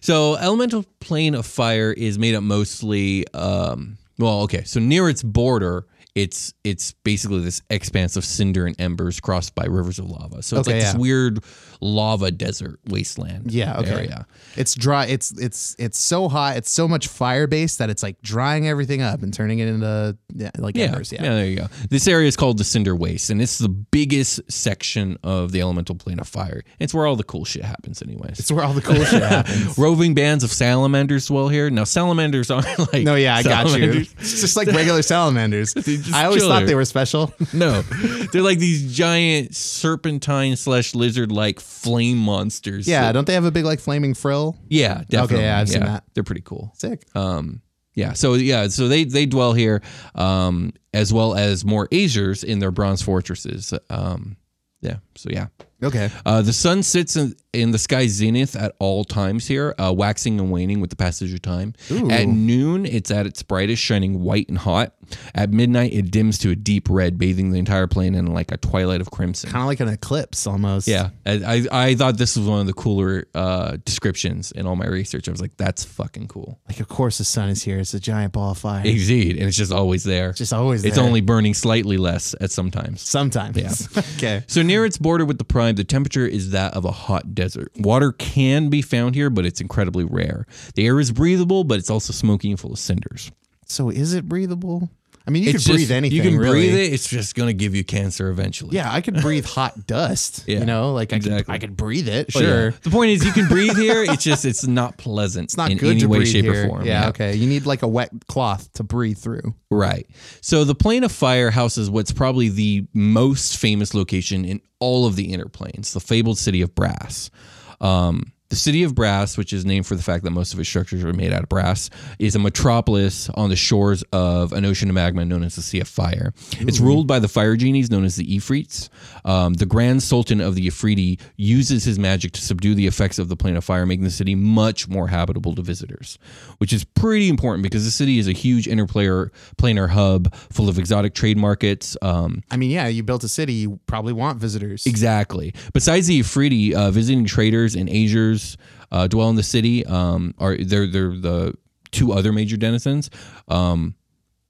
So elemental plane of fire is made up mostly. Um, well, okay. So near its border, it's it's basically this expanse of cinder and embers crossed by rivers of lava. So it's Okay, like this yeah. weird lava desert wasteland. Yeah, okay. Area. It's dry. It's it's it's so hot. It's so much fire based that it's like drying everything up and turning it into yeah, like Yeah, embers. yeah. There you go. This area is called the cinder waste, and it's the biggest section of the elemental plane of fire. It's where all the cool shit happens, anyways. It's where all the cool shit [laughs] happens. Roving bands of salamanders dwell here. Now salamanders [laughs] aren't like No, yeah, I got you. salamanders. [laughs] It's just like [laughs] regular salamanders. just I always chiller. thought they were [laughs] special. No, they're like these giant serpentine slash lizard like flame monsters. Yeah, That- don't they have a big like flaming frill? yeah, definitely. yeah, I've seen that. They're pretty cool. Sick. Um, yeah, so yeah, so they they dwell here, um, as well as more Azures in their bronze fortresses. Um, yeah, so yeah. Okay. Uh, the sun sits in, in the sky zenith at all times here, uh, waxing and waning with the passage of time. At noon, it's at its brightest, shining white and hot. At midnight, it dims to a deep red, bathing the entire plain in like a twilight of crimson. Kind of like an eclipse almost. Yeah, I, I I thought this was one of the cooler uh, descriptions in all my research. I was like, that's fucking cool. Like of course the sun is here. It's a giant ball of fire. It's Indeed, and it's just always there. just always it's there. only burning slightly less at sometimes. sometimes. Yeah. [laughs] okay. So near its border with the prime, the temperature is that of a hot desert. Water can be found here, but it's incredibly rare. The air is breathable, but it's also smoky and full of cinders. So is it breathable? I mean, you it's could breathe just- anything. You can really. breathe it. It's just gonna give you cancer eventually. Yeah, I could breathe hot dust. Yeah, you know, like I could, exactly. I could breathe it. But yeah, Sure, The point is, you can breathe here. [laughs] It's just it's not Oh, pleasant. it's not in good any to way, breathe shape, here. or form. Yeah, okay. You need like a wet cloth to breathe through. Right. So the plane of fire houses what's probably the most famous location in all of the inner planes, the fabled city of brass. Um, the city of brass, which is named for the fact that most of its structures are made out of brass, is a metropolis on the shores of an ocean of magma known as the Sea of Fire. It's ruled by the fire genies known as the Ifrits. Um, the Grand Sultan of the Ifriti uses his magic to subdue the effects of the plane of fire, making the city much more habitable to visitors, which is pretty important because the city is a huge interplayer planar hub full of exotic trade markets. Um, I mean, yeah, you built a city, you probably want visitors. Exactly. Besides the Afridi, uh, visiting traders and Asians uh, dwell in the city um, are they're they're the two other major denizens. Um,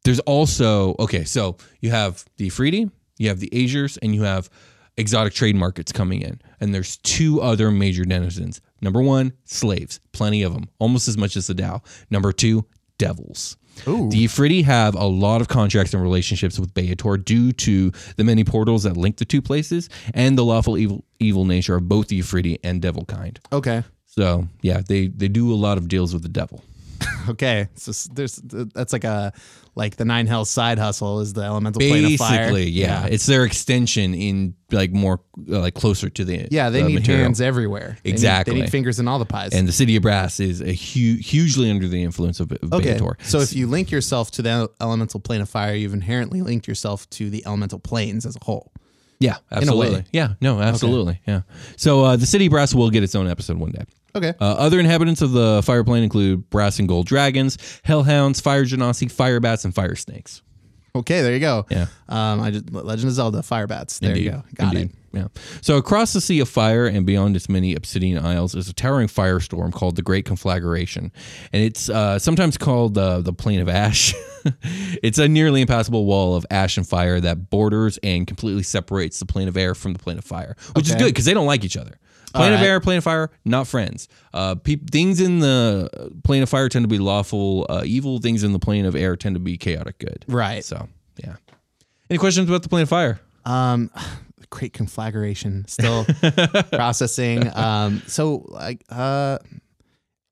there's also okay, so you have the Afridi, you have the Azures, and you have exotic trade markets coming in, and there's two other major denizens. Number one, slaves, plenty of them, almost as much as the Dow. Number two, devils. The Afridi have a lot of contracts and relationships with Beator due to the many portals that link the two places and the lawful evil, evil nature of both the Afridi and devil kind. Okay. So yeah, they they do a lot of deals with the devil. Okay. So s- there's that's like a like the nine hell side hustle is the elemental plane of fire. Basically, yeah, it's their extension in like more uh, like closer to the Yeah, they the need material. hands everywhere. They need- Exactly. They need fingers in all the pies. And the city of brass is a hu- hugely under the influence of, of okay. Beator. So if you link yourself to the ele- elemental plane of fire, you've inherently linked yourself to the elemental planes as a whole. yeah, absolutely, way. yeah, no, absolutely, yeah. So uh, the city of brass will get its own episode one day. Okay. Uh, other inhabitants of the fire plane include brass and gold dragons, hellhounds, fire genasi, fire bats, and fire snakes. Okay, there you go. Yeah. Um, I just Legend of Zelda Fire Bats. There you Indeed. go. Got Indeed. Yeah. So across the sea of fire and beyond its many obsidian isles is a towering firestorm called the Great Conflagration, and it's uh, sometimes called uh, the Plain of Ash. [laughs] it's a nearly impassable wall of ash and fire that borders and completely separates the Plane of Air from the Plane of Fire, which is Okay. good because they don't like each other. Plane of right. Air, Plane of Fire, not friends. Uh, peop things in the Plane of Fire tend to be lawful uh, evil. Things in the Plane of Air tend to be chaotic good. it. Right. So, yeah. Any questions about the Plane of Fire? Um, great conflagration. [laughs] Still processing. Um, so like uh,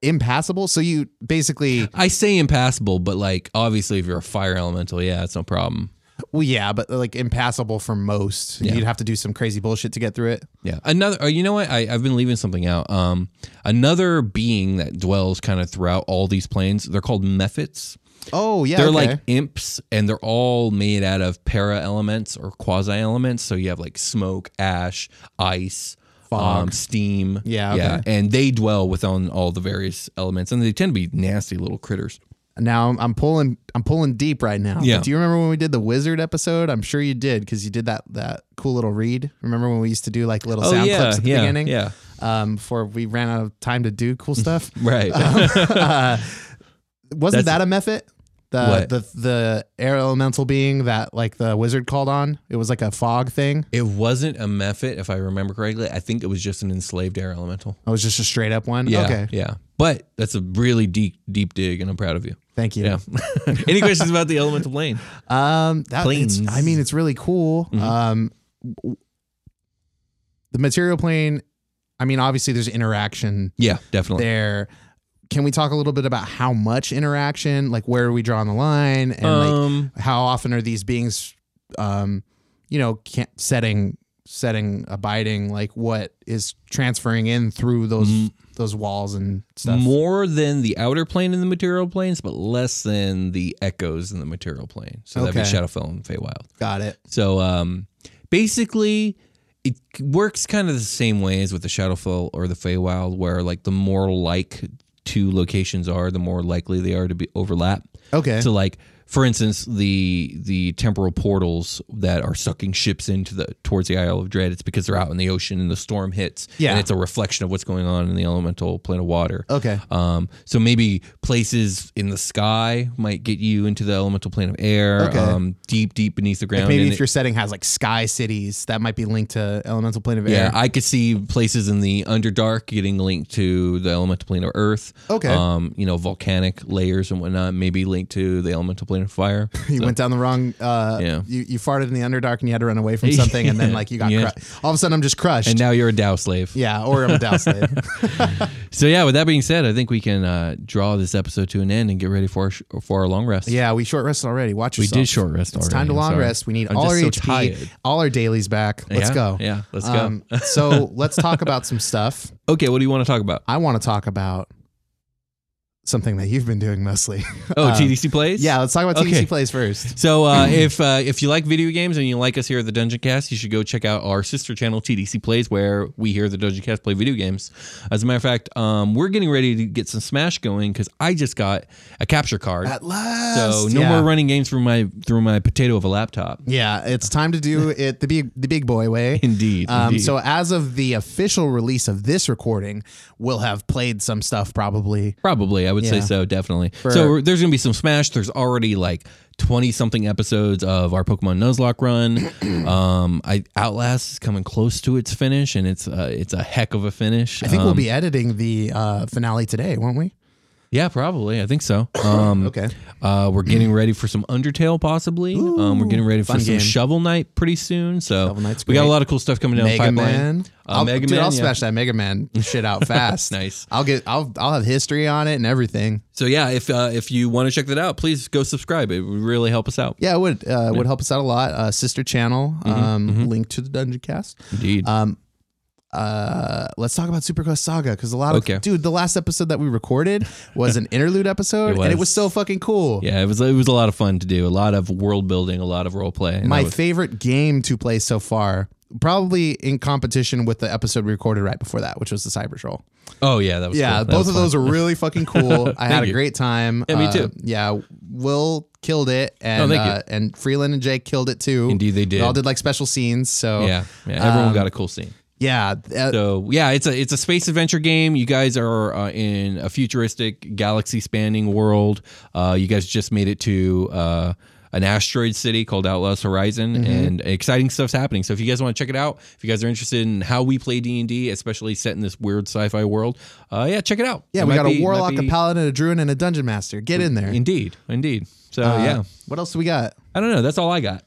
impassable. So you basically. I say impassable, but like obviously, if you're a fire elemental, yeah, it's no problem. Well, yeah, but like impassable for most. You'd have to do some crazy bullshit to get through it. Yeah. Another, oh, you know what? I, I've been leaving something out. Um, another being that dwells kind of throughout all these planes. They're called mephits. Oh yeah. They're okay. like imps, and they're all made out of para elements or quasi elements. So you have like smoke, ash, ice. Um, steam, Yeah, yeah, okay. and they dwell within all the various elements, and they tend to be nasty little critters. now I'm, I'm pulling I'm pulling deep right now. Yeah. But do you remember when we did the wizard episode? I'm sure you did because you did that that cool little read. Remember when we used to do like little sound Oh, yeah, clips at the yeah, beginning? yeah. Um, before we ran out of time to do cool stuff. [laughs] Right, [laughs] uh, wasn't That's- that a method? The, What? the the air elemental being that like the wizard called on. It was like a fog thing. it wasn't a mephit, if I remember correctly. I think it was just an enslaved air elemental. Oh, It was just a straight up one. Yeah. Okay. Yeah. But that's a really deep, deep dig, and I'm proud of you. Thank you. Yeah. [laughs] Any questions about the elemental plane? Um, that, it's- Planes. Mm-hmm. I mean, it's really cool. Um, w- the material plane. I mean, obviously, there's interaction Yeah, definitely. there. Can we talk a little bit about how much interaction? Like, where are we drawing the line? And Um, like, how often are these beings, um, you know, can't setting, setting, abiding? Like, what is transferring in through those Mm-hmm. those walls and stuff? more than the outer plane in the material planes, but less than the echoes in the material plane. So that'd be Okay. Shadowfell and Feywild. Got it. So um, basically, it works kind of the same way as with the Shadowfell or the Feywild, where like the more like two locations are, the more likely they are to be overlap. Okay. So like, for instance, the the temporal portals that are sucking ships into the towards the Isle of Dread, it's because they're out in the ocean and the storm hits. Yeah. and it's a reflection of what's going on in the elemental plane of water. Okay. Um, so maybe places in the sky might get you into the elemental plane of air. Okay. Um, deep, deep beneath the ground. Maybe and if your setting has like sky cities, that might be linked to elemental plane of Yeah, air. I could see places in the Underdark getting linked to the elemental plane of Earth. Okay. Um, you know, volcanic layers and whatnot, maybe linked to the elemental plane of fire. [laughs] you went down the wrong. Uh, Yeah. you, you farted in the underdark and you had to run away [laughs] from something, and then like you got Yeah. cru- all of a sudden I'm just crushed. and now you're a Dow slave. yeah, or I'm a [laughs] [laughs] Dow slave. So yeah, with that being said, I think we can uh, draw this episode to an end and get ready for our sh- for our long rest. yeah, we short rested already. Watch We yourself. did short rest It's already, time to I'm long sorry. rest. We need I'm all our just so HP, tired. all our dailies back. Let's Yeah, go. Um, yeah, let's go. [laughs] so let's talk about some stuff. Okay, what do you want to talk about? I want to talk about something that you've been doing mostly. Oh, Um, TDC plays. Yeah, let's talk about TDC Okay. plays first. So uh, if uh, if you like video games and you like us here at the Dungeon Cast, you should go check out our sister channel TDC Plays, where we here at the Dungeon Cast play video games. As a matter of fact, um, we're getting ready to get some Smash going because I just got a capture card. At last. so no yeah. more running games through my through my potato of a laptop. Yeah, it's time to [laughs] do it the big the big boy way. Indeed, Um, indeed. So as of the official release of this recording, we'll have played some stuff probably. Probably, I would say Yeah. so, definitely. so there's going to be some Smash. There's already like 20 something episodes of our Pokemon [clears throat] Nuzlocke run. um, I Outlast is coming close to its finish, and it's uh, it's a heck of a finish. I think we'll be editing the uh, finale today, won't we? yeah, probably. I think so. [laughs] Um, Okay. Uh, we're getting ready for some Undertale, possibly. um, we're getting ready for fun some game. Shovel Knight pretty soon. So Shovel Knight's we got a great. lot of cool stuff coming down the Mega pipeline. Man. Uh, I'll, Mega dude, Man. I'll yeah. smash that Mega [laughs] Man shit out fast. Nice. I'll get. I'll. I'll have history on it and everything. So yeah, if uh, if you want to check that out, please go subscribe. It would really help us out. Yeah, it would. Uh, Would help us out a lot. Uh, sister channel. Mm-hmm, um, Link to the Dungeon Cast. Indeed. Um, uh, let's talk about Super Quest Saga because a lot of Okay. dude, the last episode that we recorded was [laughs] an interlude episode, It and it was. was so fucking cool. Yeah, it was it was a lot of fun to do. A lot of world building, a lot of role play. and My that was- favorite game to play so far, probably in competition with the episode we recorded right before that, which was the Cyber Troll. oh yeah, that was Yeah, cool. That both was of fun. those are really fucking [laughs] cool. I had Thank a you. great time. Yeah, me Uh, too. yeah, Will killed it, and thank you. uh, and Freeland and Jake killed it too. Indeed they did. all did like special scenes. So Yeah, yeah. Everyone um, got a cool scene. yeah. uh, So yeah, it's a it's a space adventure game. You guys are uh, in a futuristic galaxy spanning world. Uh, you guys just made it to uh, an asteroid city called Outlast Horizon, Mm-hmm. and exciting stuff's happening. So if you guys want to check it out, if you guys are interested in how we play D anD D, especially set in this weird sci-fi world, uh, yeah, check it out. yeah, It we might got be- a might warlock, a be- paladin, a druid, and a dungeon master. Get in there. Indeed, indeed. So Uh, yeah, What else do we got? I don't know. That's all I got.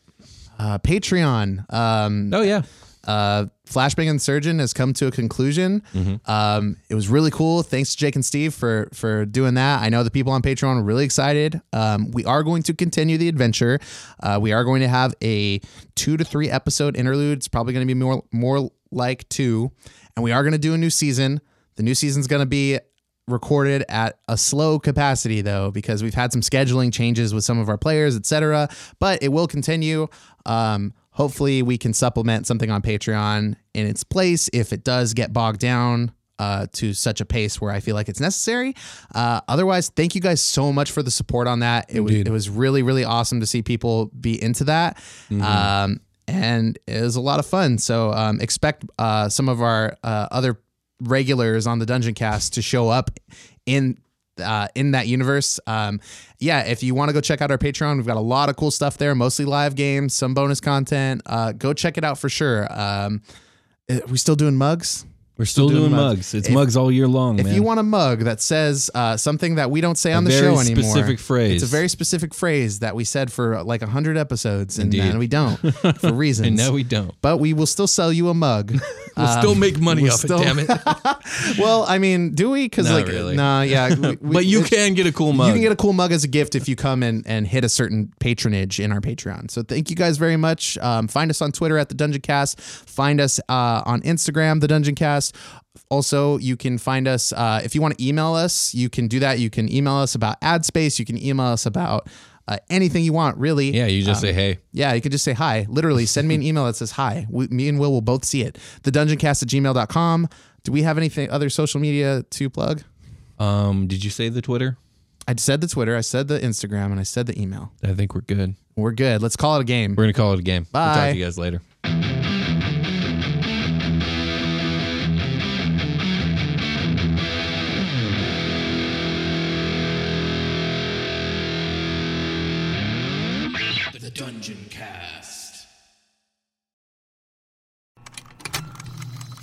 Uh, Patreon. Um, Oh yeah. uh, Flashbang and Surgeon has come to a conclusion. Um, it was really cool. Thanks to Jake and Steve for for doing that. I know the people on Patreon are really excited. Um, we are going to continue the adventure. Uh, we are going to have a two to three episode interlude. It's probably going to be more more like two, and we are going to do a new season. The new season's going to be recorded at a slow capacity though because we've had some scheduling changes with some of our players etc but it will continue um, hopefully we can supplement something on patreon in its place if it does get bogged down uh, to such a pace where I feel like it's necessary. Uh, otherwise, thank you guys so much for the support on that. It was it was really really awesome to see people be into that. Um, and it was a lot of fun. So um, expect uh, some of our uh, other regulars on the Dungeon Cast to show up in uh, in that universe. Um, yeah, if you want to go check out our Patreon, we've got a lot of cool stuff there, mostly live games, some bonus content. Uh, go check it out for sure. Um, eh, we still doing mugs? We're still, doing, mugs. It's mugs all year long, If man. you want a mug that says uh, something that we don't say on the very show anymore, specific phrase. It's a very specific phrase that we said for uh, like hundred episodes, and Indeed. then we don't for reasons. [laughs] and no, we don't. but we will still sell you a mug. [laughs] We'll Um, still make money we'll off still- it, damn it. well, I mean, do we? Because Not like, really. nah, yeah. [laughs] [laughs] we- we- but you it's- can get a cool mug. You can get a cool mug as a gift if you come and, and hit a certain patronage in our Patreon. So thank you guys very much. Um, find us on Twitter at the Dungeon Cast. Find us uh, on Instagram, the Dungeon Cast. Also, you can find us uh, if you want to email us. You can do that. You can email us about ad space. You can email us about uh, anything you want, really. yeah, you just say hey. Yeah, you could just say hi. Literally, send me an email that says hi. We, me and Will will both see it. The dungeoncast at gmail.com. Do we have anything other social media to plug? Um, did you say the Twitter? I said the Twitter, I said the Instagram, and I said the email. I think we're good. We're good. Let's call it a game. We're gonna call it a game. We'll Bye. talk to you guys later. The Dungeon Cast.